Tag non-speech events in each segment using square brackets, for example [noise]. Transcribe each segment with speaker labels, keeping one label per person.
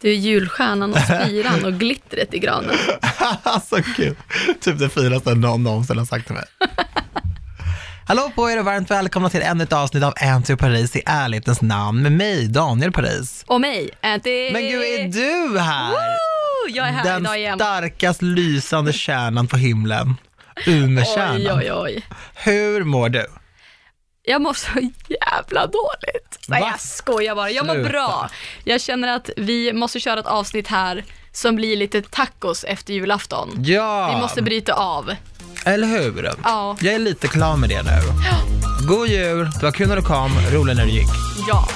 Speaker 1: Du är julstjärnan och spiran och glittret i granen.
Speaker 2: [laughs] så kul. Typ det finaste någon någonsin har sagt till mig. Hallå på er och varmt välkomna till ännu ett avsnitt av Anty och Paris i ärlighetens namn med mig, Daniel Paris.
Speaker 1: Och mig, Anty!
Speaker 2: Men gud, är du här?
Speaker 1: Woo! Jag är här
Speaker 2: Den
Speaker 1: idag igen.
Speaker 2: starkast lysande kärnan på himlen,
Speaker 1: Oj,
Speaker 2: Umeåkärnan.
Speaker 1: oj, oj.
Speaker 2: Hur mår du?
Speaker 1: Jag mår så jävla dåligt. Nej,
Speaker 2: Va?
Speaker 1: jag skojar bara. Jag mår
Speaker 2: Sluta.
Speaker 1: bra. Jag känner att vi måste köra ett avsnitt här som blir lite tacos efter julafton.
Speaker 2: Ja,
Speaker 1: Vi måste bryta av.
Speaker 2: eller hur?
Speaker 1: Ja.
Speaker 2: Jag är lite klar med det nu. God jul, det var kul när du kom, roligt när du gick.
Speaker 1: Ja.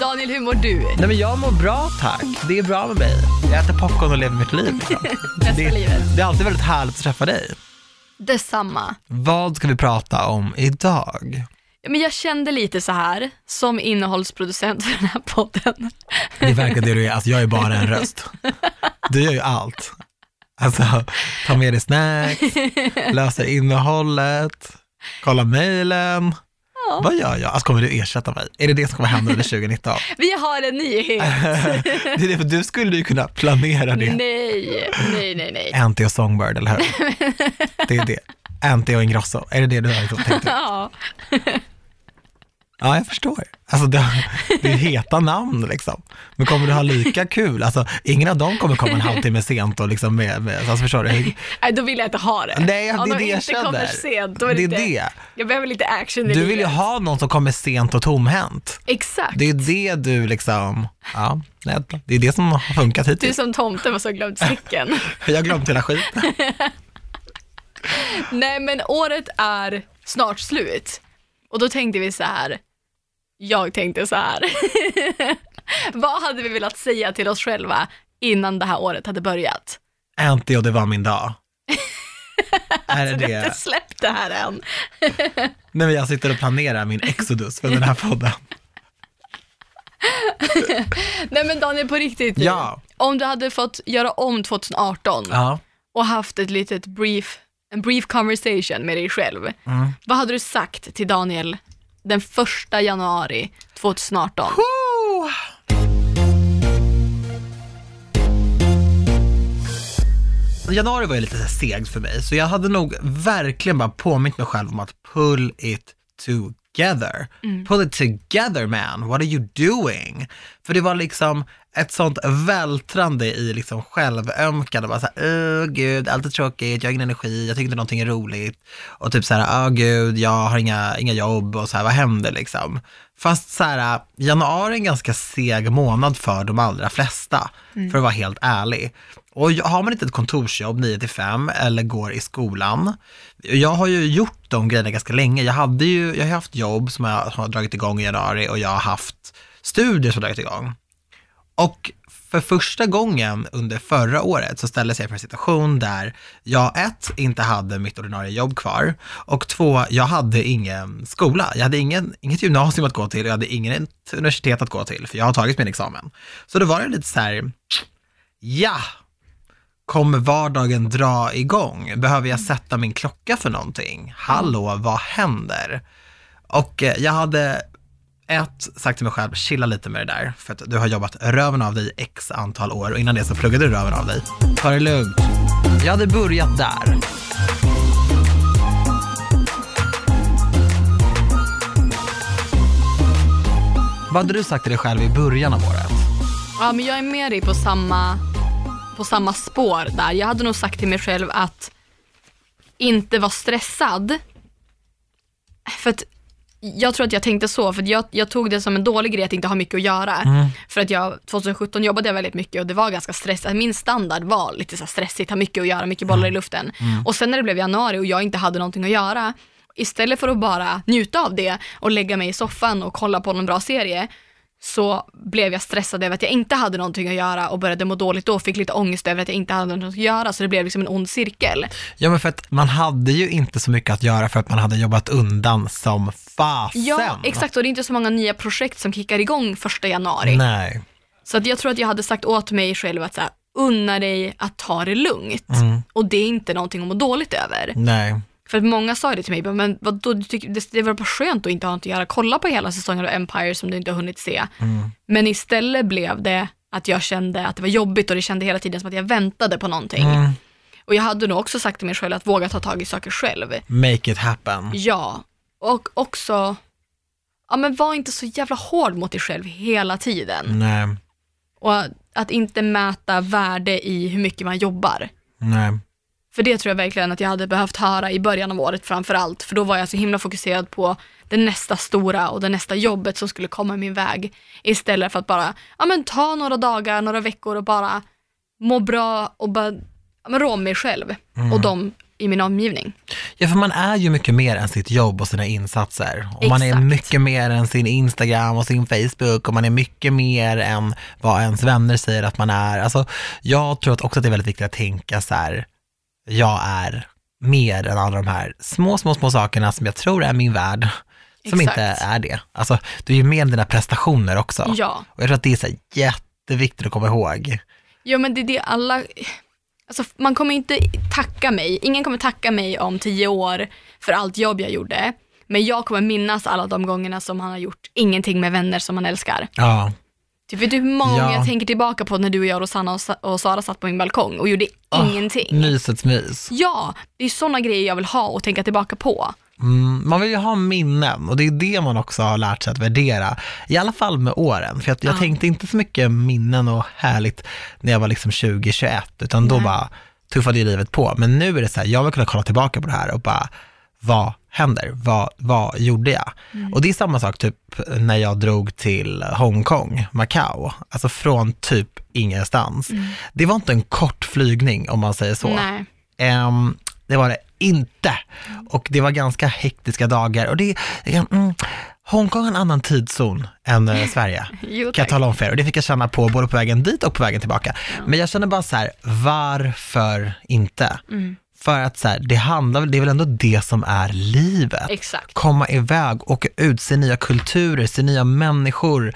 Speaker 1: Daniel, hur mår du?
Speaker 2: Nej men jag mår bra tack, det är bra med mig. Jag äter popcorn och lever mitt liv.
Speaker 1: [laughs]
Speaker 2: liksom.
Speaker 1: Bästa
Speaker 2: det,
Speaker 1: livet.
Speaker 2: det är alltid väldigt härligt att träffa dig.
Speaker 1: Detsamma.
Speaker 2: Vad ska vi prata om idag?
Speaker 1: Men jag kände lite så här, som innehållsproducent för den här podden.
Speaker 2: Det verkar det du är, alltså jag är bara en röst. Du gör ju allt. Alltså, ta med dig snacks, löser innehållet, kolla mejlen.
Speaker 1: Ja.
Speaker 2: Vad gör jag? Alltså kommer du ersätta mig? Är det det som kommer
Speaker 1: [laughs]
Speaker 2: hända under 2019?
Speaker 1: Vi har en nyhet.
Speaker 2: [laughs] det är det, för du skulle ju kunna planera det.
Speaker 1: Nej, nej, nej, nej.
Speaker 2: Anty och Songbird, eller
Speaker 1: [laughs]
Speaker 2: hur? Det är det. Anty och Ingrosso, är det det du har liksom
Speaker 1: [laughs]
Speaker 2: tänkt ut?
Speaker 1: Ja.
Speaker 2: Ja, jag förstår. Alltså, det, det är heta namn liksom. Men kommer du ha lika kul? Alltså, ingen av dem kommer komma en halvtimme sent och liksom med, med alltså, förstår du?
Speaker 1: Nej, då vill jag inte ha det.
Speaker 2: Nej,
Speaker 1: Om
Speaker 2: det är
Speaker 1: de
Speaker 2: det jag
Speaker 1: inte kommer
Speaker 2: känner.
Speaker 1: sent, då är
Speaker 2: det
Speaker 1: det,
Speaker 2: är
Speaker 1: inte,
Speaker 2: det.
Speaker 1: Jag behöver lite action i
Speaker 2: Du vill ju
Speaker 1: livet.
Speaker 2: ha någon som kommer sent och tomhänt.
Speaker 1: Exakt.
Speaker 2: Det är det du liksom, ja, nej, det är det som har funkat
Speaker 1: Du är
Speaker 2: hittills.
Speaker 1: som tomten fast har glömt säcken.
Speaker 2: [laughs] Jag har glömt hela skiten.
Speaker 1: Nej, men året är snart slut. Och då tänkte vi så här. Jag tänkte så här. [laughs] Vad hade vi velat säga till oss själva innan det här året hade börjat?
Speaker 2: Anty och det var
Speaker 1: [laughs]
Speaker 2: min dag. Är det
Speaker 1: Jag har
Speaker 2: det?
Speaker 1: inte släppt det här än.
Speaker 2: Nej, men jag sitter och planerar min exodus för den här podden.
Speaker 1: Nej, men Daniel, på riktigt. nu.
Speaker 2: Ja.
Speaker 1: Om du hade fått göra om 2018
Speaker 2: Ja.
Speaker 1: och haft ett litet brief, en brief conversation med dig själv. Vad hade du sagt till Daniel den första januari 2018?
Speaker 2: Woo! Januari var ju lite så här seg för mig, så jag hade nog verkligen bara påmint mig själv om att pull it together. Pull it together man, what are you doing? För det var liksom ett sånt vältrande i liksom självömkan och bara såhär, åh gud, allt är tråkigt, jag har ingen energi, jag tycker inte någonting är roligt. Och typ såhär, åh gud, jag har inga, inga jobb och såhär, vad händer liksom? Fast såhär, januari är en ganska seg månad för de allra flesta, för att vara helt ärlig. Och har man inte ett kontorsjobb 9 till 5 eller går i skolan, jag har ju gjort de grejerna ganska länge. Jag, hade ju, jag har haft jobb som jag har dragit igång i januari och jag har haft studier som har dragit igång. Och för första gången under förra året så ställdes jag inför en situation där jag ett, inte hade mitt ordinarie jobb kvar och två, jag hade ingen skola. Jag hade ingen, inget gymnasium att gå till och jag hade inget universitet att gå till för jag har tagit min examen. Så då var det lite så här, ja, kommer vardagen dra igång? Behöver jag sätta min klocka för någonting? Hallå, vad händer? Och eh, jag hade ett, sagt till mig själv, chilla lite med det där, för att du har jobbat röven av dig i x antal år och innan det så pluggade du röven av dig. Ta det lugnt. Jag hade börjat där. Vad hade du sagt till dig själv i början av året?
Speaker 1: Ja, men jag är med dig på samma, på samma spår där. Jag hade nog sagt till mig själv att inte vara stressad. För att jag tror att jag tänkte så, för att jag, jag tog det som en dålig grej att inte ha mycket att göra. För att jag, 2017 jobbade jag väldigt mycket och det var ganska stressigt. Min standard var lite så här stressigt, ha mycket att göra, mycket bollar i luften. Och sen när det blev januari och jag inte hade någonting att göra, istället för att bara njuta av det och lägga mig i soffan och kolla på någon bra serie, så blev jag stressad över att jag inte hade någonting att göra och började må dåligt då, fick lite ångest över att jag inte hade någonting att göra, så det blev liksom en ond cirkel.
Speaker 2: Ja men för att man hade ju inte så mycket att göra för att man hade jobbat undan som fasen.
Speaker 1: Ja, exakt, och det är inte så många nya projekt som kickar igång första januari.
Speaker 2: Nej.
Speaker 1: Så att jag tror att jag hade sagt åt mig själv att så här, unna dig att ta det lugnt.
Speaker 2: Mm.
Speaker 1: Och det är inte någonting att må dåligt över.
Speaker 2: Nej.
Speaker 1: För att många sa det till mig, bara, men vadå, du tycker, det, det var bara skönt att inte ha något att göra. Kolla på hela säsongen av Empire som du inte har hunnit se.
Speaker 2: Mm.
Speaker 1: Men istället blev det att jag kände att det var jobbigt och det kände hela tiden som att jag väntade på någonting.
Speaker 2: Mm.
Speaker 1: Och jag hade nog också sagt till mig själv att våga ta tag i saker själv.
Speaker 2: Make it happen.
Speaker 1: Ja, och också, ja men var inte så jävla hård mot dig själv hela tiden.
Speaker 2: Nej.
Speaker 1: Och att inte mäta värde i hur mycket man jobbar.
Speaker 2: Nej.
Speaker 1: För det tror jag verkligen att jag hade behövt höra i början av året framför allt. För då var jag så himla fokuserad på det nästa stora och det nästa jobbet som skulle komma min väg. Istället för att bara ja, men ta några dagar, några veckor och bara må bra och bara ja, men rå om mig själv och de i min omgivning.
Speaker 2: Ja, för man är ju mycket mer än sitt jobb och sina insatser. Och man är
Speaker 1: Exakt.
Speaker 2: mycket mer än sin Instagram och sin Facebook och man är mycket mer än vad ens vänner säger att man är. Alltså, jag tror att också att det är väldigt viktigt att tänka så här, jag är mer än alla de här små, små, små sakerna som jag tror är min värld, som
Speaker 1: Exakt.
Speaker 2: inte är det. Alltså, du är ju mer än dina prestationer också.
Speaker 1: Ja.
Speaker 2: Och jag tror att det är så här jätteviktigt att komma ihåg.
Speaker 1: Ja men det är det alla, alltså man kommer inte tacka mig, ingen kommer tacka mig om tio år för allt jobb jag gjorde. Men jag kommer minnas alla de gångerna som han har gjort ingenting med vänner som han älskar.
Speaker 2: Ja,
Speaker 1: Typ, vet du hur många
Speaker 2: Ja.
Speaker 1: jag tänker tillbaka på när du och jag, Rosanna och, Sa- och Sara satt på min balkong och gjorde
Speaker 2: Ah,
Speaker 1: ingenting?
Speaker 2: mysets mys.
Speaker 1: Ja, det är sådana grejer jag vill ha och tänka tillbaka på.
Speaker 2: Mm, man vill ju ha minnen och det är det man också har lärt sig att värdera, i alla fall med åren. För jag, jag
Speaker 1: Ja.
Speaker 2: tänkte inte så mycket minnen och härligt när jag var liksom 20-21, utan då
Speaker 1: Nej.
Speaker 2: bara tuffade ju livet på. Men nu är det så här, jag vill kunna kolla tillbaka på det här och bara, vad händer? Vad, vad gjorde jag?
Speaker 1: Mm.
Speaker 2: Och det är samma sak typ när jag drog till Hongkong, Macao, alltså från typ ingenstans. Det var inte en kort flygning om man säger så.
Speaker 1: Mm. Nej.
Speaker 2: Ehm, det var det inte. Och det var ganska hektiska dagar. Och det, ja, mm, Hongkong har en annan tidszon än eh, Sverige.
Speaker 1: [laughs] Jo,
Speaker 2: Kan jag
Speaker 1: tack.
Speaker 2: tala om för er. Och det fick jag känna på både på vägen dit och på vägen tillbaka. Men jag känner bara så här, varför inte?
Speaker 1: Mm.
Speaker 2: För att så här, det handlar väl- det är väl ändå det som är livet.
Speaker 1: Exakt.
Speaker 2: Komma iväg, åka ut, se nya kulturer, se nya människor,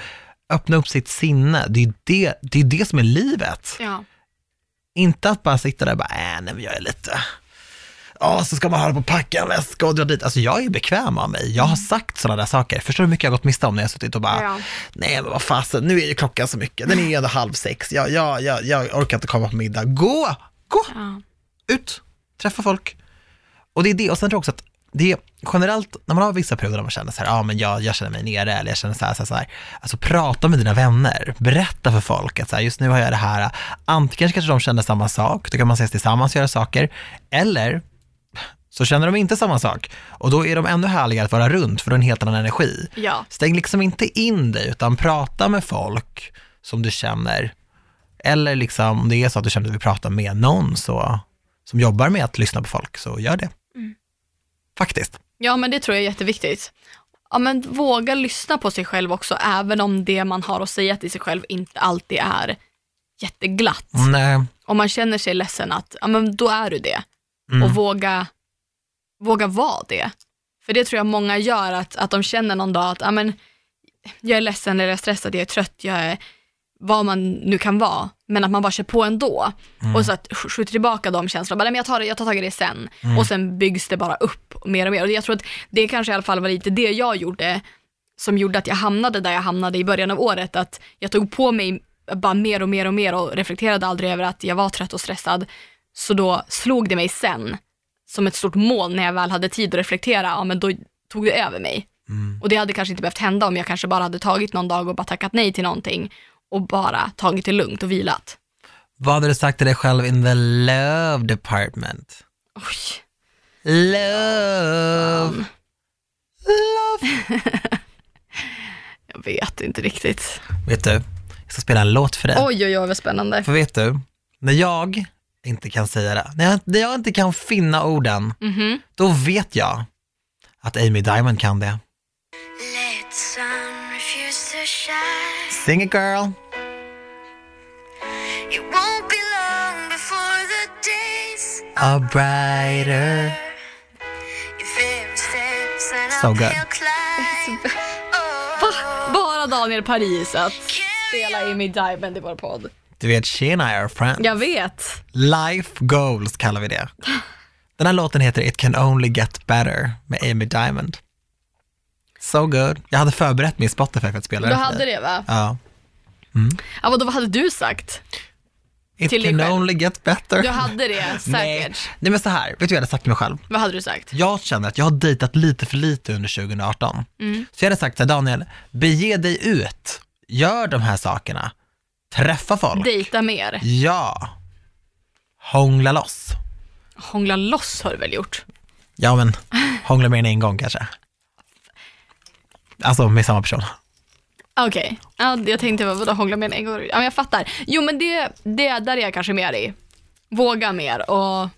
Speaker 2: öppna upp sitt sinne. Det är ju det, det, är det som är livet.
Speaker 1: Ja.
Speaker 2: Inte att bara sitta där och bara, äh, nej men jag är lite, ja så ska man hålla på och packa en väska och dra dit. Alltså jag är bekväm av mig, jag har sagt sådana där saker. Förstår du hur mycket jag har gått miste om när jag har suttit och bara,
Speaker 1: Ja.
Speaker 2: nej men vad fasen, nu är ju klockan så mycket, den är ju ändå halv sex, jag, jag, jag, jag orkar inte komma på middag. Gå, gå!
Speaker 1: Ja.
Speaker 2: ut, träffa folk. Och det är det, och sen tror jag också att det är generellt, när man har vissa perioder där man känner så här, ja ah, men jag, jag känner mig nere eller jag känner så här, så här, så här. Alltså prata med dina vänner, berätta för folk att så här, just nu har jag det här, antingen kanske de känner samma sak, då kan man ses tillsammans och göra saker, eller så känner de inte samma sak och då är de ännu härligare att vara runt för då är det en helt annan energi.
Speaker 1: Ja.
Speaker 2: Stäng liksom inte in dig utan prata med folk som du känner. Eller liksom, om det är så att du känner att du vill prata med någon så, som jobbar med att lyssna på folk, så gör det. Faktiskt.
Speaker 1: ja, men det tror jag är jätteviktigt. Ja, men våga lyssna på sig själv också, även om det man har att säga till sig själv inte alltid är jätteglatt.
Speaker 2: Nej,
Speaker 1: Om man känner sig ledsen, att, ja, men då är du det.
Speaker 2: Mm.
Speaker 1: Och våga, våga vara det. För det tror jag många gör, att, att de känner någon dag att ja, men, jag är ledsen, eller jag är stressad, jag är trött, jag är vad man nu kan vara. Men att man bara kör på ändå. Och så att sk- skjuter tillbaka de känslorna. Bara, nej, men jag, tar det, jag tar tag i det sen. Och sen byggs det bara upp mer och mer. Och jag tror att det kanske i alla fall var lite det jag gjorde som gjorde att jag hamnade där jag hamnade i början av året. Att jag tog på mig bara mer och mer och mer och reflekterade aldrig över att jag var trött och stressad. Så då slog det mig sen som ett stort mål när jag väl hade tid att reflektera. Ja, men då tog det över mig. Och det hade kanske inte behövt hända om jag kanske bara hade tagit någon dag och bara tackat nej till någonting och bara tagit det lugnt och vilat.
Speaker 2: vad hade du sagt till dig själv in the love department?
Speaker 1: Oj.
Speaker 2: Love! Love!
Speaker 1: Jag vet inte riktigt.
Speaker 2: Vet du, jag ska spela en låt för dig.
Speaker 1: Oj, oj, oj, vad spännande.
Speaker 2: För vet du, när jag inte kan säga det, när jag, när jag inte kan finna orden,
Speaker 1: Mhm.
Speaker 2: då vet jag att Amy Diamond kan det.
Speaker 3: Let sun refuse to shine.
Speaker 2: Sing it girl!
Speaker 3: It won't be long before the days
Speaker 2: A brighter...
Speaker 3: your favorite steps and
Speaker 2: So [laughs]
Speaker 3: so
Speaker 2: good.
Speaker 3: uphill climb.
Speaker 1: Bara Daniel Pariset.
Speaker 3: Carry
Speaker 1: spela Amy Diamond i vår podd.
Speaker 2: Du vet, she and I are friends.
Speaker 1: Jag vet.
Speaker 2: Life goals kallar vi det. Den här låten heter It can only get better med Amy Diamond. So good. Jag hade förberett min Spotify för att spela
Speaker 1: Du
Speaker 2: den för
Speaker 1: hade
Speaker 2: dig.
Speaker 1: det va?
Speaker 2: Ja.
Speaker 1: Ja, vadå, vad hade du sagt?
Speaker 2: It
Speaker 1: Till dig
Speaker 2: can
Speaker 1: själv.
Speaker 2: only get better.
Speaker 1: Du hade det
Speaker 2: Nej.
Speaker 1: säkert.
Speaker 2: Nej men så här, vet du vad jag hade sagt till mig själv?
Speaker 1: Vad hade du sagt?
Speaker 2: Jag känner att jag har dejtat lite för lite under 2018. Så jag hade sagt till Daniel, bege dig ut, gör de här sakerna, träffa folk.
Speaker 1: Dejta mer.
Speaker 2: Ja. Hångla loss.
Speaker 1: Hångla loss har du väl gjort?
Speaker 2: Ja men, hångla mer än en gång kanske. Alltså med samma person.
Speaker 1: Okej, ja, jag tänkte vadå hångla med en ägg? Ja, men jag fattar. Jo men det, det där är jag kanske med dig. Våga mer och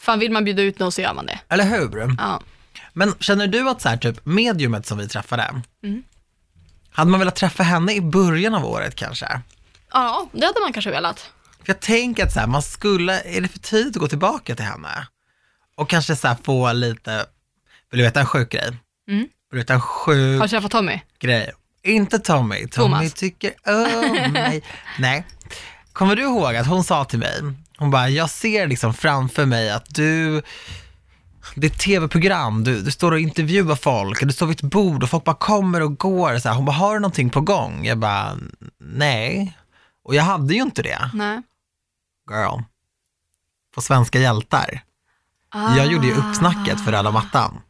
Speaker 1: fan vill man bjuda ut någon så gör man det.
Speaker 2: Eller hur?
Speaker 1: Ja.
Speaker 2: Men känner du att så här, typ mediumet som vi träffade, hade man velat träffa henne i början av året kanske?
Speaker 1: ja, det hade man kanske velat.
Speaker 2: För jag tänker att så här, man skulle, är det för tidigt att gå tillbaka till henne? Och kanske så här få lite, vill du veta en sjuk grej?
Speaker 1: Mm.
Speaker 2: Vill du veta en sjuk
Speaker 1: Har du träffat Tommy?
Speaker 2: grej? Inte Tommy, Tommy
Speaker 1: Thomas.
Speaker 2: tycker
Speaker 1: [laughs]
Speaker 2: om mig. Nej. Kommer du ihåg att hon sa till mig, hon bara, jag ser liksom framför mig att du, det är ett tv-program, du, du står och intervjuar folk, och du står vid ett bord och folk bara kommer och går. Så här. Hon bara, har du någonting på gång? Jag bara, nej. Och jag hade ju inte det
Speaker 1: Nej.
Speaker 2: girl. På Svenska hjältar. Jag gjorde ju uppsnacket för alla mattan.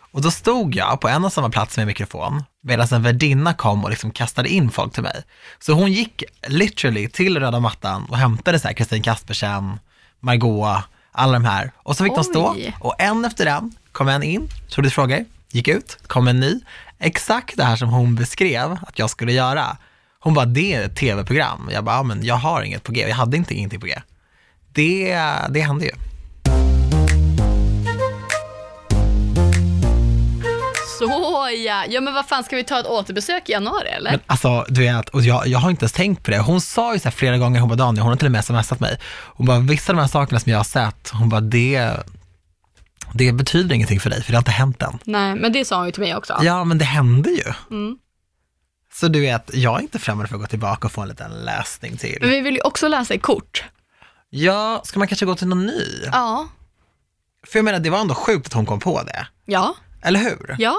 Speaker 2: Och då stod jag på en och samma plats med mikrofon, medan en värdinna kom och liksom kastade in folk till mig. Så hon gick literally till röda mattan och hämtade så här Kristin Kaspersen, Margot, alla de här. Och så fick de stå,
Speaker 1: Oj.
Speaker 2: och en efter en kom en in, trodde frågor, gick ut, kom en ny. Exakt det här som hon beskrev att jag skulle göra. Hon bara, det är ett tv-program. Jag bara, ja, men jag har inget på G, jag hade inte ingenting på G. Det, det hände ju.
Speaker 1: Så ja. ja, men vad fan ska vi ta ett återbesök i januari eller?
Speaker 2: Men alltså, du vet, och jag, jag har inte ens tänkt på det. Hon sa ju så här flera gånger, hon bara Daniel, hon har till och med smsat mig. Hon bara, vissa av de här sakerna som jag har sett, hon bara, det, det betyder ingenting för dig, för det har inte hänt än.
Speaker 1: Nej, men det sa hon ju till mig också.
Speaker 2: Ja, men det hände ju.
Speaker 1: Mm.
Speaker 2: Så du vet, jag är inte främmande för att gå tillbaka och få en liten läsning
Speaker 1: Men
Speaker 2: till.
Speaker 1: vi vill ju också läsa i kort.
Speaker 2: Ja, ska man kanske gå till någon ny?
Speaker 1: Ja.
Speaker 2: För jag menar, det var ändå sjukt att hon kom på det.
Speaker 1: Ja.
Speaker 2: Eller hur?
Speaker 1: Ja.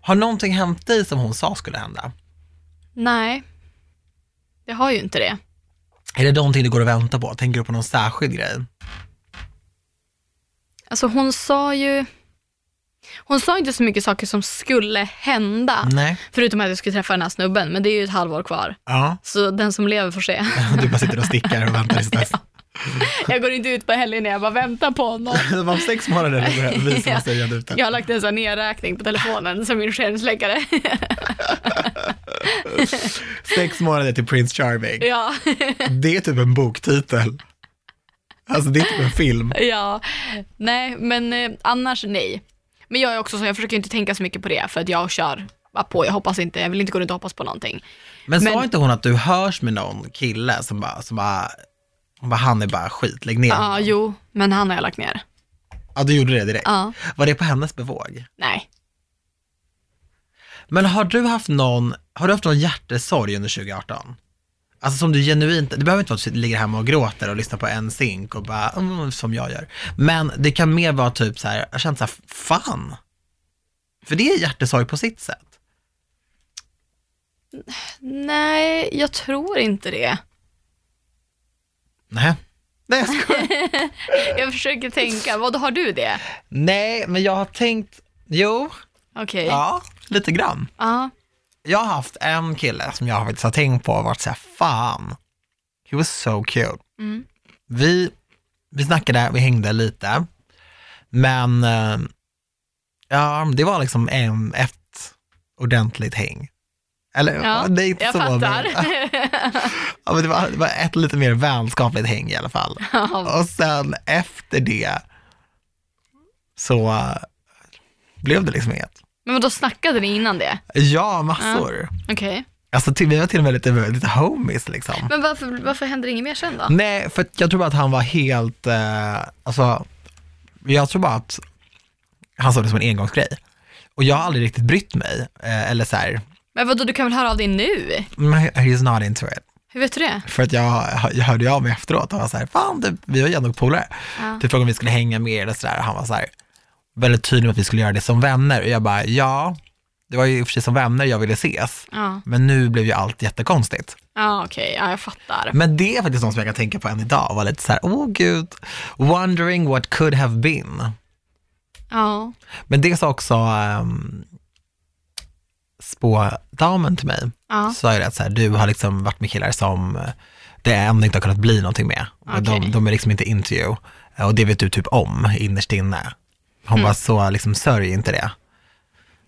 Speaker 2: Har någonting hänt dig som hon sa skulle hända?
Speaker 1: Nej. Jag har ju inte det.
Speaker 2: Är det någonting du går och väntar på? Tänker du på någon särskild grej?
Speaker 1: Alltså hon sa ju... Hon sa inte så mycket saker som skulle hända.
Speaker 2: Nej.
Speaker 1: Förutom att jag skulle träffa den här snubben, men det är ju ett halvår kvar.
Speaker 2: Ja.
Speaker 1: Så den som lever får [laughs] se.
Speaker 2: [laughs] Du bara sitter och stickar och väntar
Speaker 1: [laughs]
Speaker 2: tills dess.
Speaker 1: Jag går inte ut på helgen när jag bara väntar på honom.
Speaker 2: Det var
Speaker 1: [laughs]
Speaker 2: sex månader när du visade mig säga ute.
Speaker 1: Jag har lagt en sån här nerräkning på telefonen som min skärmsläckare.
Speaker 2: Sex månader till Prince Charming.
Speaker 1: [laughs] Ja,
Speaker 2: Det är typ en boktitel. Alltså det är typ en film.
Speaker 1: [laughs] ja. Nej, men eh, annars nej. Men jag är också så, jag försöker inte tänka så mycket på det för att jag kör bara på. Jag hoppas inte, jag vill inte gå runt och hoppas på någonting.
Speaker 2: Men, sa
Speaker 1: Men-
Speaker 2: inte hon att du hörs med någon kille som bara, som bara, hon bara han är bara skit, lägg ner
Speaker 1: Ja,
Speaker 2: honom."
Speaker 1: jo, men han har jag lagt ner.
Speaker 2: Ja, du gjorde det direkt.
Speaker 1: Ja.
Speaker 2: Var det på hennes bevåg?
Speaker 1: Nej.
Speaker 2: Men har du haft någon, har du haft någon hjärtesorg under 2018? Alltså som du genuint, det behöver inte vara att du ligger hemma och gråter och lyssnar på en sink och bara, mm, som jag gör. Men det kan mer vara typ så här, jag har känt så här, fan. För det är hjärtesorg på sitt sätt.
Speaker 1: Nej, jag tror inte det.
Speaker 2: Nej. Nej, jag skojar.
Speaker 1: Jag försöker tänka, vad har du det?
Speaker 2: Nej, men jag har tänkt, jo,
Speaker 1: Okej. Ja.
Speaker 2: ja, lite grann. Jag har haft en kille som jag faktiskt har tänkt på och varit såhär, fan, he was so cute.
Speaker 1: Mm.
Speaker 2: Vi, vi snackade, vi hängde lite, men eh, ja, det var liksom en, ett ordentligt häng. Eller,
Speaker 1: Ja,
Speaker 2: det är inte
Speaker 1: jag
Speaker 2: så, men-
Speaker 1: fattar.
Speaker 2: [laughs] Ja, men det, var, det var ett lite mer vänskapligt häng i alla fall.
Speaker 1: Ja.
Speaker 2: Och sen efter det så eh, blev det liksom inget.
Speaker 1: men vadå, snackade ni innan det?
Speaker 2: Ja, massor.
Speaker 1: Okej.
Speaker 2: Alltså till, vi var till och med lite, lite homies liksom.
Speaker 1: Men varför, varför händer inget mer sen då?
Speaker 2: Nej, för att jag tror bara att han var helt, eh, alltså, jag tror bara att han såg det som en engångsgrej. Och jag har aldrig riktigt brytt mig, eh, eller så här,
Speaker 1: Men vadå, du kan väl höra av dig nu?
Speaker 2: Men he's not into it.
Speaker 1: Hur vet du det?
Speaker 2: För att jag, jag hörde ju av mig efteråt och var så här, fan typ, vi var ju ändå polare. Typ frågade om vi skulle hänga mer eller sådär och han var så här, väldigt tydlig med att vi skulle göra det som vänner. Och jag bara, ja, det var ju i och för sig som vänner jag ville ses.
Speaker 1: Ja,
Speaker 2: Men nu blev ju allt jättekonstigt.
Speaker 1: ja okej, ja, jag fattar.
Speaker 2: Men det är faktiskt något som jag kan tänka på än idag och vara lite så här, åh oh, gud, wondering what could have been.
Speaker 1: Ja,
Speaker 2: Men det sa också um, spådamen till mig.
Speaker 1: ja,
Speaker 2: sa ju det att så här, du har liksom varit med killar som eh, det ändå inte har kunnat bli någonting med. Och De,
Speaker 1: Okej.
Speaker 2: de är liksom inte into you. Eh, Och det vet du typ om innerst inne. Hon
Speaker 1: Mm.
Speaker 2: bara så liksom sörj inte det.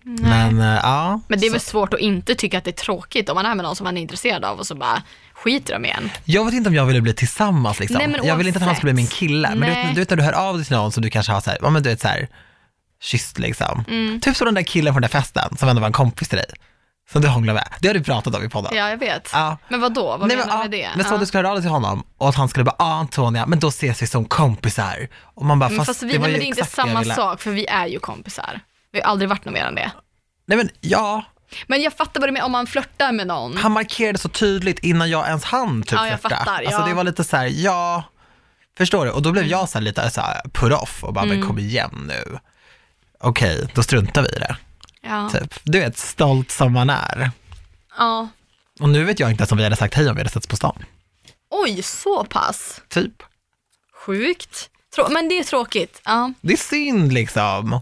Speaker 2: Men eh, ja,
Speaker 1: men det är
Speaker 2: så-
Speaker 1: väl svårt att inte tycka att det är tråkigt om man är med någon som man är intresserad av och så bara skiter de igen.
Speaker 2: jag vet inte om jag ville bli tillsammans liksom.
Speaker 1: Nej, men
Speaker 2: jag vill inte att han skulle bli min
Speaker 1: oavsett.
Speaker 2: kille. Men du
Speaker 1: Nej.
Speaker 2: vet, du vet när du hör av dig till någon som du kanske har så här, ja men du vet så här, kysst liksom.
Speaker 1: Mm.
Speaker 2: Typ som den där killen från den där festen som ändå var en kompis till dig. Som du hånglade med. Det har du pratat om i podden.
Speaker 1: Ja, jag vet.
Speaker 2: Ja.
Speaker 1: Men vad då? Vad menar du
Speaker 2: ja,
Speaker 1: med det?
Speaker 2: Men så
Speaker 1: Ja.
Speaker 2: att du skulle höra av dig till honom och att han skulle bara, ah, Antonia, men då ses vi som kompisar. Och man bara,
Speaker 1: Men
Speaker 2: fast,
Speaker 1: fast, vi,
Speaker 2: det
Speaker 1: nej,
Speaker 2: var
Speaker 1: men
Speaker 2: ju
Speaker 1: det är inte
Speaker 2: exakt det jag
Speaker 1: samma
Speaker 2: ville.
Speaker 1: sak för vi är ju kompisar. Vi har aldrig varit något mer än det.
Speaker 2: Nej men ja,
Speaker 1: Men jag fattar vad du menar om man flörtar med någon.
Speaker 2: han markerade så tydligt innan jag ens hann typ
Speaker 1: Ja, jag
Speaker 2: flörta.
Speaker 1: fattar,
Speaker 2: Alltså
Speaker 1: ja. Mm.
Speaker 2: det var lite så här, ja, förstår du? Och då blev jag så här lite så här put off och bara, men kom igen nu. Okej, då struntar vi i det.
Speaker 1: Ja.
Speaker 2: Typ. Du vet, stolt som man är.
Speaker 1: ja.
Speaker 2: Och nu vet jag inte ens om vi hade sagt hej om vi hade setts på stan.
Speaker 1: Oj, så pass.
Speaker 2: Typ.
Speaker 1: Sjukt. Trå- men det är tråkigt. Ja.
Speaker 2: Det är synd liksom.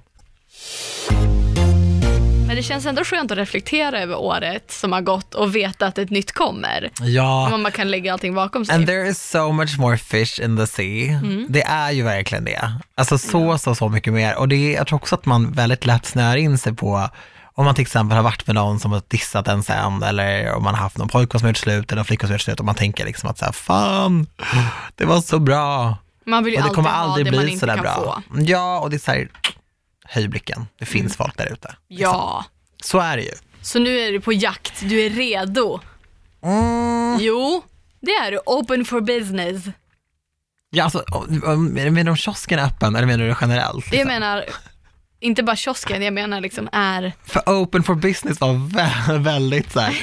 Speaker 1: Men det känns ändå skönt att reflektera över året som har gått och veta att ett nytt kommer.
Speaker 2: Ja.
Speaker 1: Och man kan lägga allting bakom sig.
Speaker 2: And there is so much more fish in the sea.
Speaker 1: Mm.
Speaker 2: Det är ju verkligen det. Alltså så, så, så mycket mer. Och det är, jag tror också att man väldigt lätt snör in sig på om man till exempel har varit med någon som har dissat en sen eller om man har haft någon pojkvän som gjort slut eller en flickvän som gjort slut och man tänker liksom att så här, fan, det var så bra.
Speaker 1: man vill ju
Speaker 2: Och det
Speaker 1: alltid
Speaker 2: kommer
Speaker 1: ha det
Speaker 2: aldrig
Speaker 1: man
Speaker 2: bli
Speaker 1: inte
Speaker 2: sådär
Speaker 1: kan
Speaker 2: bra.
Speaker 1: få.
Speaker 2: Ja, och det är så här, höj blicken, det finns folk där ute.
Speaker 1: Mm.
Speaker 2: Liksom.
Speaker 1: Ja.
Speaker 2: Så är det ju.
Speaker 1: Så nu är du på jakt, du är redo.
Speaker 2: Mm.
Speaker 1: Mm. Jo, det är du. Open for business.
Speaker 2: Ja, alltså, om- om- menar du om kiosken är öppen eller menar du generellt?
Speaker 1: Jag
Speaker 2: liksom?
Speaker 1: menar, inte bara kiosken, jag menar liksom är...
Speaker 2: För open for business var vä- [laughs] väldigt så här,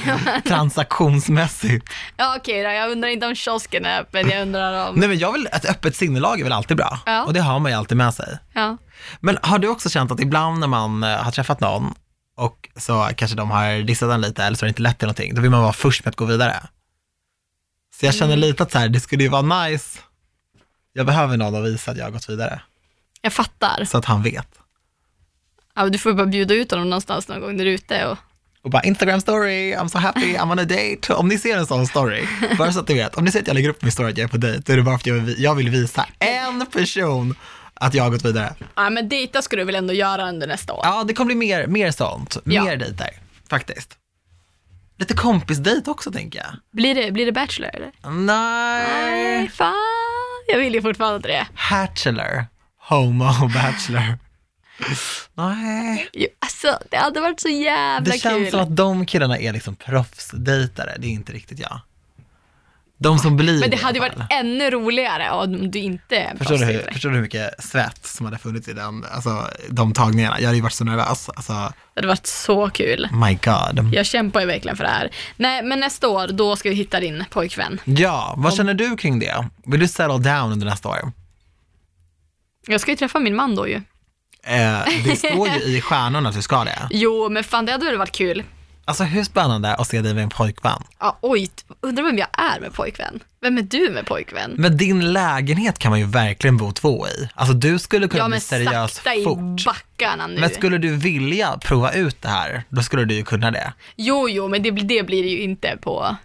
Speaker 2: transaktionsmässigt.
Speaker 1: Ja okej då, jag undrar inte om kiosken är öppen, jag undrar om...
Speaker 2: Nej men jag vill, ett öppet sinnelag är väl alltid bra.
Speaker 1: Ja.
Speaker 2: Och det har man ju alltid med sig.
Speaker 1: Ja.
Speaker 2: Men har du också känt att ibland när man eh, har träffat någon och så kanske de har dissat en lite eller så har det inte lett till någonting, då vill man vara först med att gå vidare. Så jag känner lite att så här, det skulle ju vara nice, jag behöver någon att visa att jag har gått vidare,
Speaker 1: Jag fattar.
Speaker 2: så att han vet.
Speaker 1: Ja, du får bara bjuda ut honom någonstans någon gång när du är ute och...
Speaker 2: Och bara Instagram story, I'm so happy, I'm on a date. Om ni ser en sån story, bara så att ni vet, om ni ser att jag lägger upp min story att jag är på dejt, då är det bara för att jag vill, jag vill visa en person att jag har gått vidare.
Speaker 1: Ja men dejta ska du väl ändå göra under nästa år?
Speaker 2: Ja, det kommer bli mer, mer sånt,
Speaker 1: Ja.
Speaker 2: mer dejter, faktiskt. Lite kompisdejt också tänker jag.
Speaker 1: Blir, det, blir det Bachelor eller?
Speaker 2: Nej,
Speaker 1: Nej, fan. Jag vill ju fortfarande inte det.
Speaker 2: hatchler, homo bachelor. Nej,
Speaker 1: Jo, Alltså, det hade varit så jävla
Speaker 2: det känns
Speaker 1: kul.
Speaker 2: som att de killarna är liksom proffsdejtare, det är inte riktigt jag. De som blir
Speaker 1: Men det
Speaker 2: i
Speaker 1: hade ju
Speaker 2: alla fall.
Speaker 1: varit ännu roligare om du inte är en
Speaker 2: Förstår du, hur,
Speaker 1: proffsdejtare.
Speaker 2: förstår du hur mycket svett som hade funnits i den, alltså, de tagningarna? Jag hade ju varit så nervös. Alltså,
Speaker 1: Det hade varit så kul.
Speaker 2: my god.
Speaker 1: Jag kämpar ju verkligen för det här. Nej, men nästa år, då ska vi hitta din pojkvän.
Speaker 2: Ja, vad känner du kring det? Vill du settle down under nästa år?
Speaker 1: Jag ska ju träffa min man då ju.
Speaker 2: Eh, det står ju i stjärnorna att du ska det.
Speaker 1: Jo, men fan det hade väl varit kul.
Speaker 2: Alltså hur spännande att se dig med en pojkvän?
Speaker 1: Ja, oj, t- undrar vem jag är med pojkvän? Vem är du med pojkvän?
Speaker 2: Men din lägenhet kan man ju verkligen bo två i. Alltså du skulle kunna
Speaker 1: Ja,
Speaker 2: bli
Speaker 1: men
Speaker 2: seriös
Speaker 1: sakta i
Speaker 2: fort.
Speaker 1: backarna nu.
Speaker 2: Men skulle du vilja prova ut det här, då skulle du ju kunna det.
Speaker 1: Jo, jo, men det, blir- det blir det ju inte på...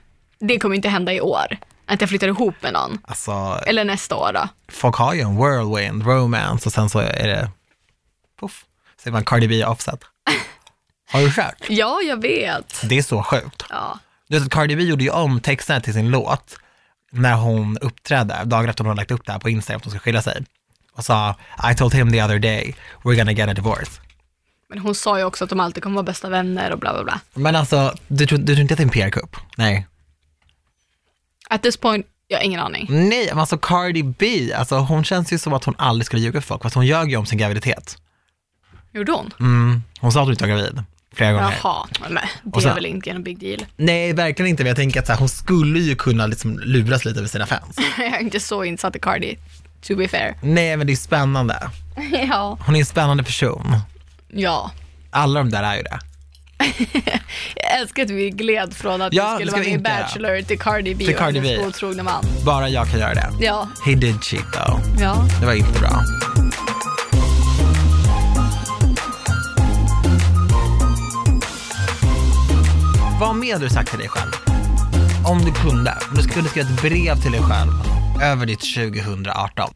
Speaker 1: Det kommer inte hända i år. Att jag flyttar ihop med någon.
Speaker 2: Alltså,
Speaker 1: Eller nästa år då.
Speaker 2: folk har ju en whirlwind, romance och sen så är det, poff, så är man Cardi B och Offset. Har du hört?
Speaker 1: Ja, jag vet.
Speaker 2: Det är så sjukt.
Speaker 1: Ja.
Speaker 2: Du vet att Cardi B gjorde ju om texterna till sin låt när hon uppträdde, dagen efter hon hade lagt upp det här på Instagram att hon ska skilja sig. Och sa, I told him the other day, we're gonna get a divorce.
Speaker 1: Men hon sa ju också att de alltid kommer vara bästa vänner och bla bla bla.
Speaker 2: Men alltså, du tror, du tror inte att det är en PR-kupp? Nej.
Speaker 1: At this point, jag har ingen aning.
Speaker 2: Nej, men alltså Cardi B, alltså hon känns ju som att hon aldrig skulle ljuga för folk, fast hon ljög ju om sin graviditet.
Speaker 1: Gjorde hon?
Speaker 2: Mm, hon sa att hon inte var gravid. flera gånger.
Speaker 1: Jaha, men det
Speaker 2: Och sen-
Speaker 1: är väl inte en big deal. [laughs]
Speaker 2: Nej, verkligen inte. Men jag tänker att så här, hon skulle ju kunna liksom luras lite med sina fans.
Speaker 1: jag är inte så insatt i Cardi, to be fair.
Speaker 2: Nej, men det är spännande.
Speaker 1: [laughs] ja.
Speaker 2: Hon är en spännande person.
Speaker 1: ja.
Speaker 2: Alla de där är ju det.
Speaker 1: Jag älskar att vi gled från att
Speaker 2: Ja,
Speaker 1: vi
Speaker 2: det
Speaker 1: skulle
Speaker 2: ska
Speaker 1: vara
Speaker 2: vi
Speaker 1: med i
Speaker 2: inte göra.
Speaker 1: Bachelor till Cardi B
Speaker 2: Till Cardi
Speaker 1: och
Speaker 2: B.
Speaker 1: hennes otrogna man.
Speaker 2: Bara jag kan göra det.
Speaker 1: Ja,
Speaker 2: He did cheat though.
Speaker 1: ja.
Speaker 2: Det var inte bra. Vad mer hade du sagt till dig själv? Om du kunde, om du skulle skriva ett brev till dig själv över ditt 2018.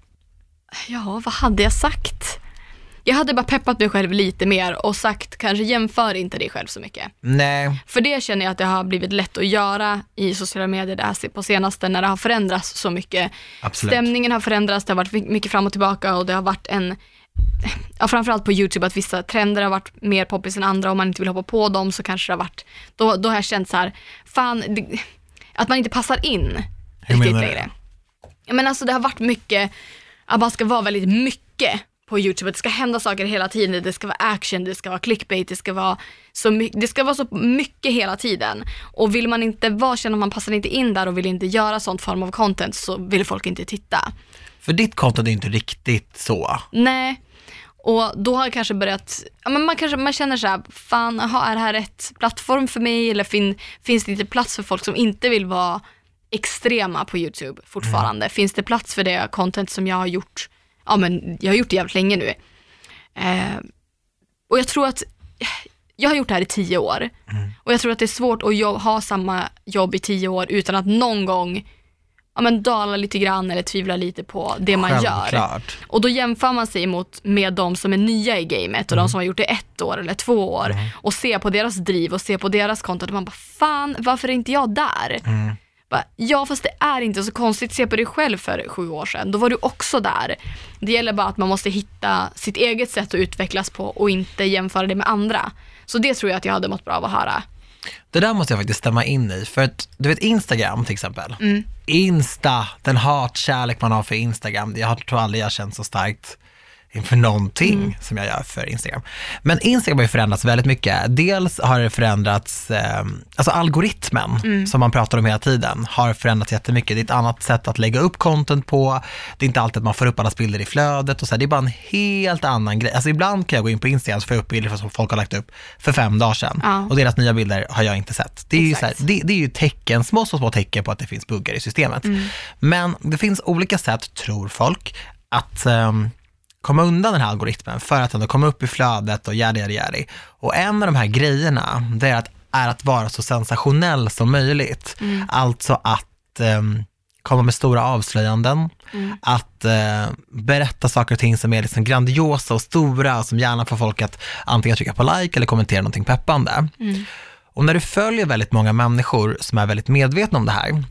Speaker 1: Ja, vad hade jag sagt? Jag hade bara peppat mig själv lite mer och sagt kanske jämför inte dig själv så mycket.
Speaker 2: Nej,
Speaker 1: För det känner jag att det har blivit lätt att göra i sociala medier det här på senaste när det har förändrats så mycket.
Speaker 2: absolut.
Speaker 1: Stämningen har förändrats, det har varit mycket fram och tillbaka och det har varit en, ja, framförallt på YouTube, att vissa trender har varit mer poppis än andra. Om man inte vill hoppa på dem så kanske det har varit, då, då har jag känt så här, fan, det, att man inte passar in riktigt
Speaker 2: menar du?
Speaker 1: längre. Ja, Men alltså det har varit mycket, att man ska vara väldigt mycket på YouTube, att det ska hända saker hela tiden, det ska vara action, det ska vara clickbait, det ska vara så, my- det ska vara så mycket hela tiden. Och vill man inte vara, känner man passar inte in där och vill inte göra sånt form av content så vill folk inte titta.
Speaker 2: För ditt konto är inte riktigt så.
Speaker 1: Nej, och då har jag kanske börjat, ja, men man, kanske, man känner så här, fan, aha, är det här rätt plattform för mig eller fin, finns det inte plats för folk som inte vill vara extrema på YouTube fortfarande? Finns det plats för det content som jag har gjort, ja men jag har gjort det jävligt länge nu. Eh, och jag tror att, jag har gjort det här i tio år och jag tror att det är svårt att jo- ha samma jobb i tio år utan att någon gång ja, men dala lite grann eller tvivla lite på det man gör.
Speaker 2: Självklart.
Speaker 1: Och då jämför man sig mot, med de som är nya i gamet och de som har gjort det ett år eller två år och ser på deras driv och ser på deras content och man bara fan varför är inte jag där? Bara, Ja fast det är inte så konstigt, se på dig själv för sju år sedan, då var du också där. Det gäller bara att man måste hitta sitt eget sätt att utvecklas på och inte jämföra det med andra. Så det tror jag att jag hade mått bra av att höra. [laughs]
Speaker 2: Det där måste jag faktiskt stämma in i, för att du vet Instagram till exempel. Insta, den hatkärlek man har för Instagram. Jag tror aldrig jag känt så starkt inför någonting som jag gör för Instagram. Men Instagram har ju förändrats väldigt mycket. Dels har det förändrats, eh, alltså algoritmen som man pratar om hela tiden har förändrats jättemycket. Det är ett annat sätt att lägga upp content på. Det är inte alltid att man får upp allas bilder i flödet och så här. Det är bara en helt annan grej. Alltså ibland kan jag gå in på Instagram så får jag upp bilder som folk har lagt upp för fem dagar sedan.
Speaker 1: Ja.
Speaker 2: Och deras nya bilder har jag inte sett. Det är, ju så här,
Speaker 1: Exakt.
Speaker 2: det, det är ju tecken, små, små, små tecken på att det finns buggar i systemet. Men det finns olika sätt, tror folk, att ehm, komma undan den här algoritmen för att ändå komma upp i flödet och yadi, yadi, yadi. Och en av de här grejerna, det är att, är att vara så sensationell som möjligt. Alltså att ehm, komma med stora avslöjanden, att eh, berätta saker och ting som är liksom grandiosa och stora, som gärna får folk att antingen trycka på like eller kommentera någonting peppande. Och när du följer väldigt många människor som är väldigt medvetna om det här,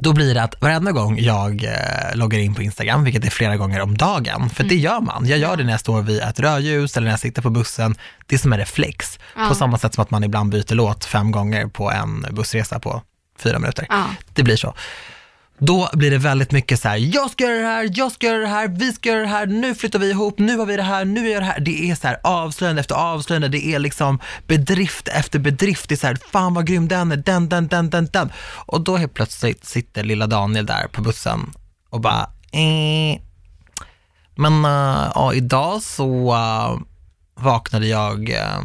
Speaker 2: då blir det att varenda gång jag eh, loggar in på Instagram, vilket är flera gånger om dagen, för
Speaker 1: Mm.
Speaker 2: det gör man. Jag gör det när jag står vid ett rödljus eller när jag sitter på bussen. Det är som en reflex.
Speaker 1: Ja.
Speaker 2: På samma sätt som att man ibland byter låt fem gånger på en bussresa på fyra minuter.
Speaker 1: Ja.
Speaker 2: Det blir så. Då blir det väldigt mycket så här, jag ska göra det här, jag ska göra det här, vi ska göra det här, nu flyttar vi ihop, nu har vi det här, nu gör jag det här. Det är så här avslöjande efter avslöjande, det är liksom bedrift efter bedrift. Det är så här, fan vad grym den är, den, den, den, den, den. Och då helt plötsligt sitter lilla Daniel där på bussen och bara, eh, men eh, ja, idag så eh, vaknade jag eh,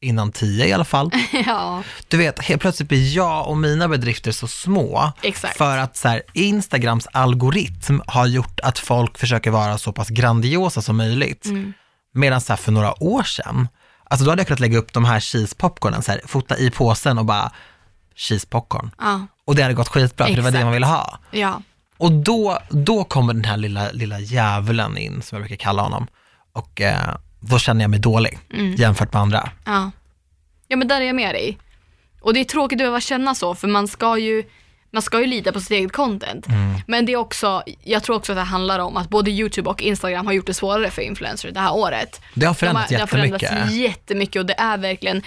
Speaker 2: innan tio i alla fall
Speaker 1: ja,
Speaker 2: du vet, helt plötsligt blir jag och mina bedrifter så små.
Speaker 1: Exakt.
Speaker 2: För att så här, Instagrams algoritm har gjort att folk försöker vara så pass grandiosa som möjligt.
Speaker 1: Mm.
Speaker 2: Medan så här, för några år sedan, alltså då hade jag kunnat lägga upp de här cheesepopcornen, så här, fota i påsen och bara cheesepopcorn.
Speaker 1: ja,
Speaker 2: Och det hade gått skitbra, för det var det
Speaker 1: Exakt.
Speaker 2: man ville ha.
Speaker 1: ja.
Speaker 2: Och då, då kommer den här lilla, lilla djävulen in, som jag brukar kalla honom. Och eh, då känner jag mig dålig
Speaker 1: Mm.
Speaker 2: jämfört med andra.
Speaker 1: Ja. ja, men där är jag med dig. Och det är tråkigt att behöva känna så, för man ska ju, man ska ju lita på sitt eget content.
Speaker 2: Mm.
Speaker 1: Men det är också, jag tror också att det handlar om att både YouTube och Instagram har gjort det svårare för influencers det här året.
Speaker 2: Det har förändrats
Speaker 1: De har,
Speaker 2: jättemycket.
Speaker 1: Det har förändrats jättemycket och det är verkligen,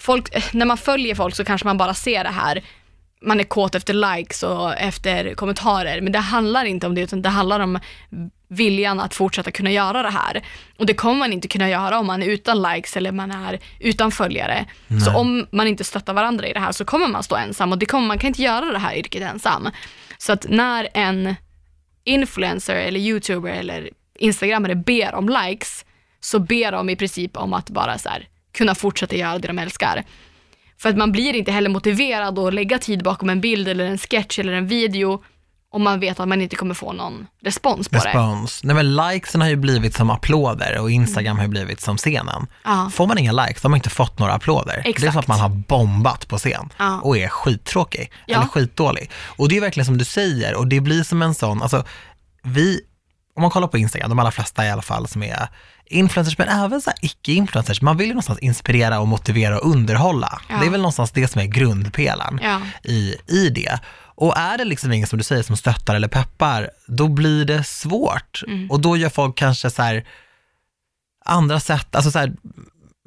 Speaker 1: folk, eh, när man följer folk så kanske man bara ser det här, man är kåt efter likes och efter kommentarer, men det handlar inte om det, utan det handlar om viljan att fortsätta kunna göra det här. Och det kommer man inte kunna göra om man är utan likes eller man är utan följare. Så om man inte stöttar varandra i det här så kommer man stå ensam och det kommer, man kan inte göra det här yrket ensam. Så att när en influencer eller youtuber eller instagrammare ber om likes så ber de i princip om att bara så här, kunna fortsätta göra det de älskar. För att man blir inte heller motiverad att lägga tid bakom en bild eller en sketch eller en video om man vet att man inte kommer få någon respons på det.
Speaker 2: Respons. Nej men likesen har ju blivit som applåder och Instagram har ju blivit som scenen.
Speaker 1: Ja.
Speaker 2: Får man inga likes, då har man inte fått några applåder. Det är
Speaker 1: Exakt.
Speaker 2: som att man har bombat på scen
Speaker 1: Ja.
Speaker 2: och är skittråkig
Speaker 1: Ja.
Speaker 2: eller skitdålig. Och det är verkligen som du säger och det blir som en sån, alltså vi, om man kollar på Instagram, de allra flesta i alla fall som är influencers, men även så här icke-influencers, man vill ju någonstans inspirera och motivera och underhålla.
Speaker 1: Ja.
Speaker 2: Det är väl någonstans det som är grundpelaren
Speaker 1: Ja.
Speaker 2: i, i det. Och är det liksom ingen som du säger som stöttar eller peppar, då blir det svårt.
Speaker 1: Mm.
Speaker 2: Och då gör folk kanske så här andra sätt, alltså så här,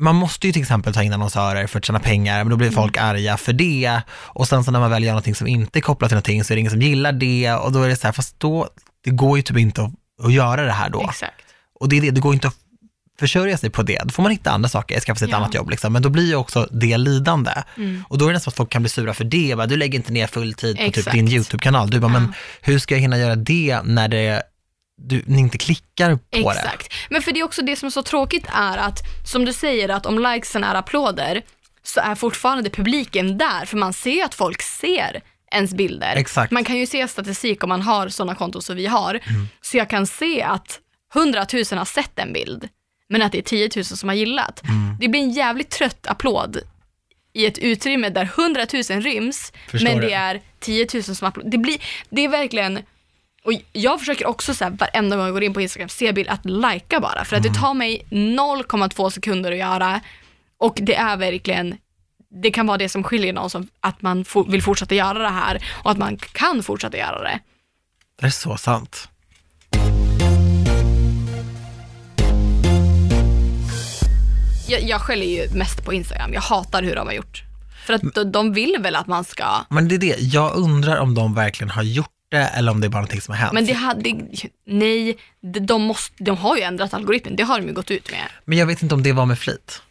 Speaker 2: man måste ju till exempel ta in annonsörer för att tjäna pengar, men då
Speaker 1: Mm.
Speaker 2: blir folk arga för det. Och sen så när man väl gör någonting som inte är kopplat till någonting så är det ingen som gillar det och då är det så här, fast då, det går ju typ inte att, att göra det här då.
Speaker 1: Exakt.
Speaker 2: Och det är det, det går inte att försörja sig på det. Då får man hitta andra saker, skaffa sig ett
Speaker 1: Ja. Mm.
Speaker 2: annat jobb liksom. Men då blir ju också det lidande. Och då är det nästan att folk kan bli sura för det. Va? Du lägger inte ner full tid på typ
Speaker 1: Exakt.
Speaker 2: din YouTube-kanal. Du bara, men hur ska jag hinna göra det när det, du, ni inte klickar på det?
Speaker 1: Exakt. Men för det är också det som är så tråkigt är att, som du säger, att om likesen är applåder så är fortfarande publiken där, för man ser ju att folk ser ens bilder.
Speaker 2: Exakt. Mm.
Speaker 1: Man kan ju se statistik om man har sådana konton som vi har, så jag kan se att 100 000 har sett en bild, men att det är 10 000 som har gillat.
Speaker 2: Mm.
Speaker 1: Det blir en jävligt trött applåd i ett utrymme där 100 000 ryms,
Speaker 2: Förstår
Speaker 1: men det
Speaker 2: det.
Speaker 1: är 10 000 som applåderar. Det, blir, det är verkligen, och jag försöker också så här, varenda gång jag går in på Instagram, se bild att lajka bara, för att det tar mig 0,2 sekunder att göra och det är verkligen det kan vara det som skiljer någon, som att man for, vill fortsätta göra det här och att man kan fortsätta göra det.
Speaker 2: Det är så sant.
Speaker 1: Jag, jag skäller ju mest på Instagram, jag hatar hur de har gjort. För att de, de vill väl att man ska,
Speaker 2: Men det är det, jag undrar om de verkligen har gjort det eller om det är bara någonting som har hänt.
Speaker 1: men det hade, nej, de, de, måste, de har ju ändrat algoritmen, det har de ju gått ut med.
Speaker 2: Men jag vet inte om det var med flit.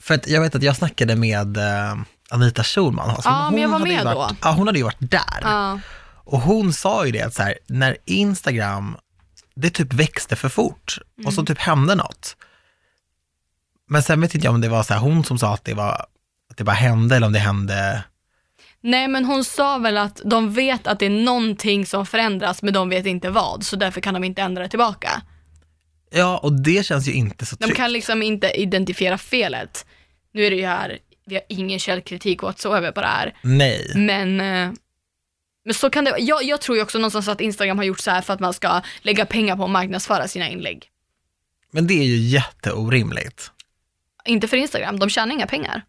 Speaker 2: För att jag vet att jag snackade med eh, Anita Schulman. Alltså,
Speaker 1: Ja, men jag var
Speaker 2: hade ju
Speaker 1: med
Speaker 2: varit,
Speaker 1: då.
Speaker 2: Ja, hon hade ju varit där.
Speaker 1: Ja.
Speaker 2: Och hon sa ju det att så här, när Instagram, det typ växte för fort och så
Speaker 1: Mm.
Speaker 2: typ hände något. Men sen vet inte jag om det var så här, hon som sa att det, var, att det bara hände eller om det hände.
Speaker 1: Nej men hon sa väl att de vet att det är någonting som förändras men de vet inte vad så därför kan de inte ändra tillbaka.
Speaker 2: Ja, och det känns ju inte så
Speaker 1: De
Speaker 2: tryggt.
Speaker 1: kan liksom inte identifiera felet. Nu är det ju här, vi har ingen källkritik whatsoever på det här.
Speaker 2: Nej,
Speaker 1: Men, eh, men så kan det jag, jag tror ju också någonstans att Instagram har gjort så här för att man ska lägga pengar på att marknadsföra sina inlägg.
Speaker 2: men det är ju jätteorimligt.
Speaker 1: Inte för Instagram, de tjänar inga pengar.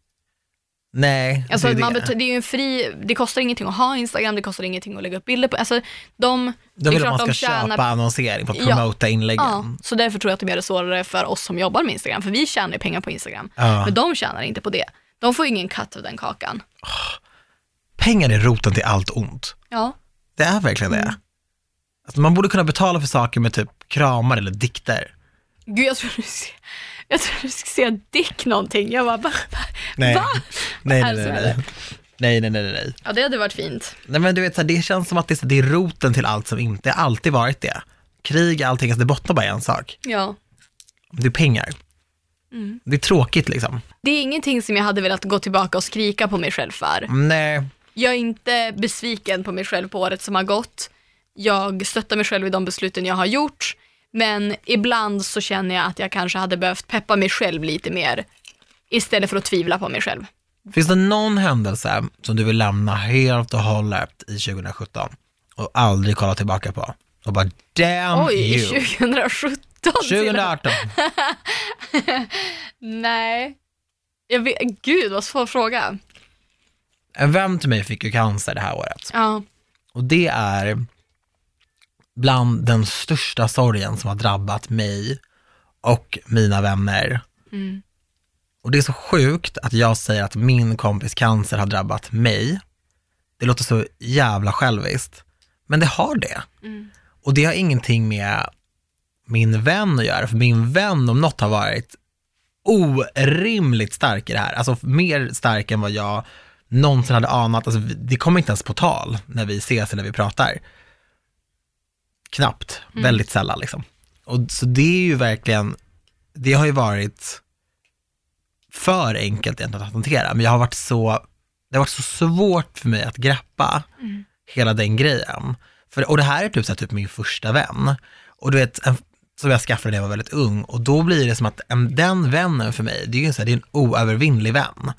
Speaker 2: Nej,
Speaker 1: Alltså,
Speaker 2: det
Speaker 1: det,
Speaker 2: är
Speaker 1: man
Speaker 2: det.
Speaker 1: bet- det är ju en fri, det kostar ingenting att ha Instagram, det kostar ingenting att lägga upp bilder på. Alltså, de,
Speaker 2: De
Speaker 1: det är
Speaker 2: vill att
Speaker 1: klart
Speaker 2: man ska
Speaker 1: de tjänar
Speaker 2: köpa annonsering för att
Speaker 1: Ja.
Speaker 2: promota inläggen.
Speaker 1: Ja, så därför tror jag att de gör det svårare för oss som jobbar med Instagram, för vi tjänar ju pengar på Instagram.
Speaker 2: Ja.
Speaker 1: Men de tjänar inte på det. De får ju ingen cut av den kakan.
Speaker 2: Pengar är roten till allt ont.
Speaker 1: Ja,
Speaker 2: Det är verkligen det.
Speaker 1: Mm.
Speaker 2: Alltså, man borde kunna betala för saker med typ kramar eller dikter.
Speaker 1: gud jag tror du ska, jag tror du ska säga dick någonting. Jag bara, va? va?
Speaker 2: Nej.
Speaker 1: Va?
Speaker 2: Nej,
Speaker 1: Är
Speaker 2: nej,
Speaker 1: det
Speaker 2: nej.
Speaker 1: så
Speaker 2: nej.
Speaker 1: eller?
Speaker 2: Nej, nej, nej, nej, nej.
Speaker 1: Ja, det hade varit fint.
Speaker 2: Nej, men du vet, så här, det känns som att det är, så- det är roten till allt som inte har alltid varit det. Krig, allting, alltså, det bottnar bara i en sak.
Speaker 1: Ja.
Speaker 2: Det är pengar.
Speaker 1: Mm.
Speaker 2: Det är tråkigt liksom.
Speaker 1: Det är ingenting som jag hade velat gå tillbaka och skrika på mig själv för.
Speaker 2: Nej,
Speaker 1: Jag är inte besviken på mig själv på året som har gått. Jag stöttar mig själv i de besluten jag har gjort. Men ibland så känner jag att jag kanske hade behövt peppa mig själv lite mer istället för att tvivla på mig själv.
Speaker 2: Finns det någon händelse som du vill lämna helt och hållet i 2017 och aldrig kolla tillbaka på? Och bara damn
Speaker 1: Oj,
Speaker 2: you.
Speaker 1: 2017 till och med. [laughs]
Speaker 2: 2018.
Speaker 1: Nej. Jag vet, gud vad svår fråga.
Speaker 2: En vän till mig fick ju cancer det här året.
Speaker 1: Ja.
Speaker 2: Och det är bland den största sorgen som har drabbat mig och mina vänner. Och det är så sjukt att jag säger att min kompis cancer har drabbat mig. Det låter så jävla själviskt, men det har det. Och det har ingenting med min vän att göra, för min vän om något har varit orimligt stark i det här. Alltså mer stark än vad jag någonsin hade anat. Alltså, vi- det kommer inte ens på tal när vi ses eller när vi pratar. Knappt, väldigt sällan liksom. Och, så det är ju verkligen, det har ju varit för enkelt egentligen att hantera, men jag har varit så, det har varit så svårt för mig att greppa hela den grejen. För, och det här är typ, så här, typ min första vän. Och du vet, en, som jag skaffade när jag var väldigt ung, och då blir det som att en, den vännen för mig, det är ju så här, det är en oövervinnlig vän.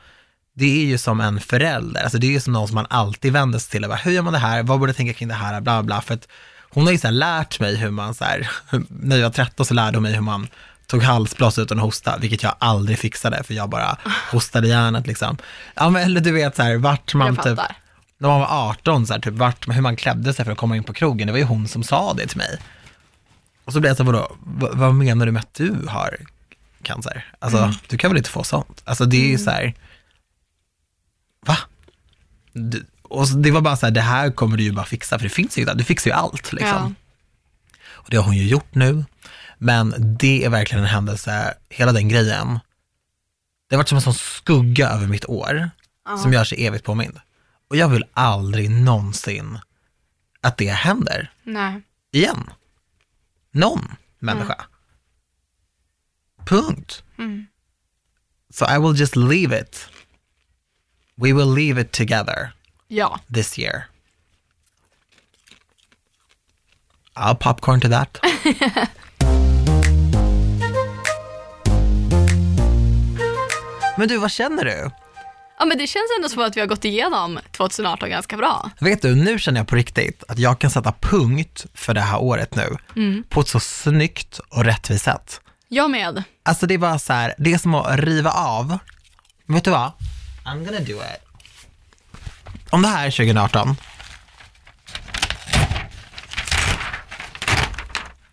Speaker 2: Det är ju som en förälder, alltså det är ju som någon som man alltid vänder sig till och bara, hur gör man det här, vad borde jag tänka kring det här, bla bla. För att hon har ju så här lärt mig hur man så här, [laughs] när jag var 13 så lärde hon mig hur man tog halsblås utan att hosta, vilket jag aldrig fixade, för jag bara hostade hjärnet liksom. Ja men eller du vet så här, vart man
Speaker 1: Jag
Speaker 2: typ,
Speaker 1: fattar.
Speaker 2: när man var 18, så här, typ vart, hur man klädde sig för att komma in på krogen, det var ju hon som sa det till mig. Och så blev jag så här, vadå, vad, vad menar du med att du har cancer? Alltså, du kan väl inte få sånt? Alltså det är ju så här, va? Du, och så, det var bara så här, det här kommer du ju bara fixa, för det finns ju inte, du fixar ju allt liksom.
Speaker 1: Ja.
Speaker 2: Och det har hon ju gjort nu. Men det är verkligen en händelse, hela den grejen. Det har varit som en sån skugga över mitt år, som gör sig evigt påmind. Och jag vill aldrig någonsin att det händer
Speaker 1: Nej.
Speaker 2: igen. Någon människa. Punkt. So I will just leave it. We will leave it together
Speaker 1: Ja.
Speaker 2: this year. I'll popcorn to that. Men du, vad känner du?
Speaker 1: ja, men det känns ändå som att vi har gått igenom 2018 ganska bra.
Speaker 2: Vet du, nu känner jag på riktigt att jag kan sätta punkt för det här året nu på ett så snyggt och rättvist sätt.
Speaker 1: Jag med.
Speaker 2: Alltså det var så här, det är som att riva av. Men vet du vad? I'm gonna do it. Om det här är 2018.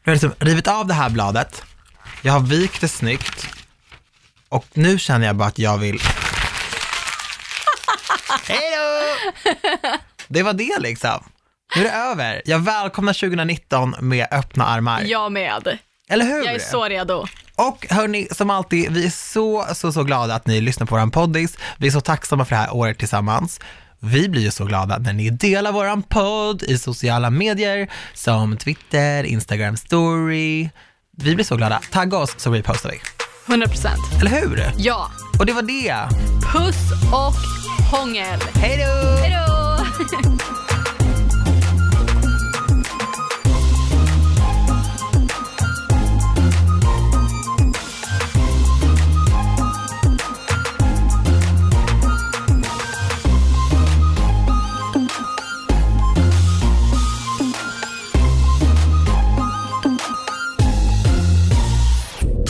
Speaker 2: Jag har liksom rivit av det här bladet. Jag har vikt det snyggt. Och nu känner jag bara att jag vill... [laughs] Hej då! Det var det liksom. Nu är det över. Jag välkomnar 2019 med öppna armar.
Speaker 1: Jag med.
Speaker 2: Eller hur?
Speaker 1: Jag är så redo.
Speaker 2: Och hörni, som alltid, vi är så, så, så glada att ni lyssnar på våran poddis. Vi är så tacksamma för det här året tillsammans. Vi blir ju så glada när ni delar våran podd i sociala medier som Twitter, Instagram story. Vi blir så glada. Tagga oss så repostar vi.
Speaker 1: 100%.
Speaker 2: Eller hur?
Speaker 1: Ja.
Speaker 2: Och det var det.
Speaker 1: Puss och hångel.
Speaker 2: Hej då!
Speaker 1: Hej då!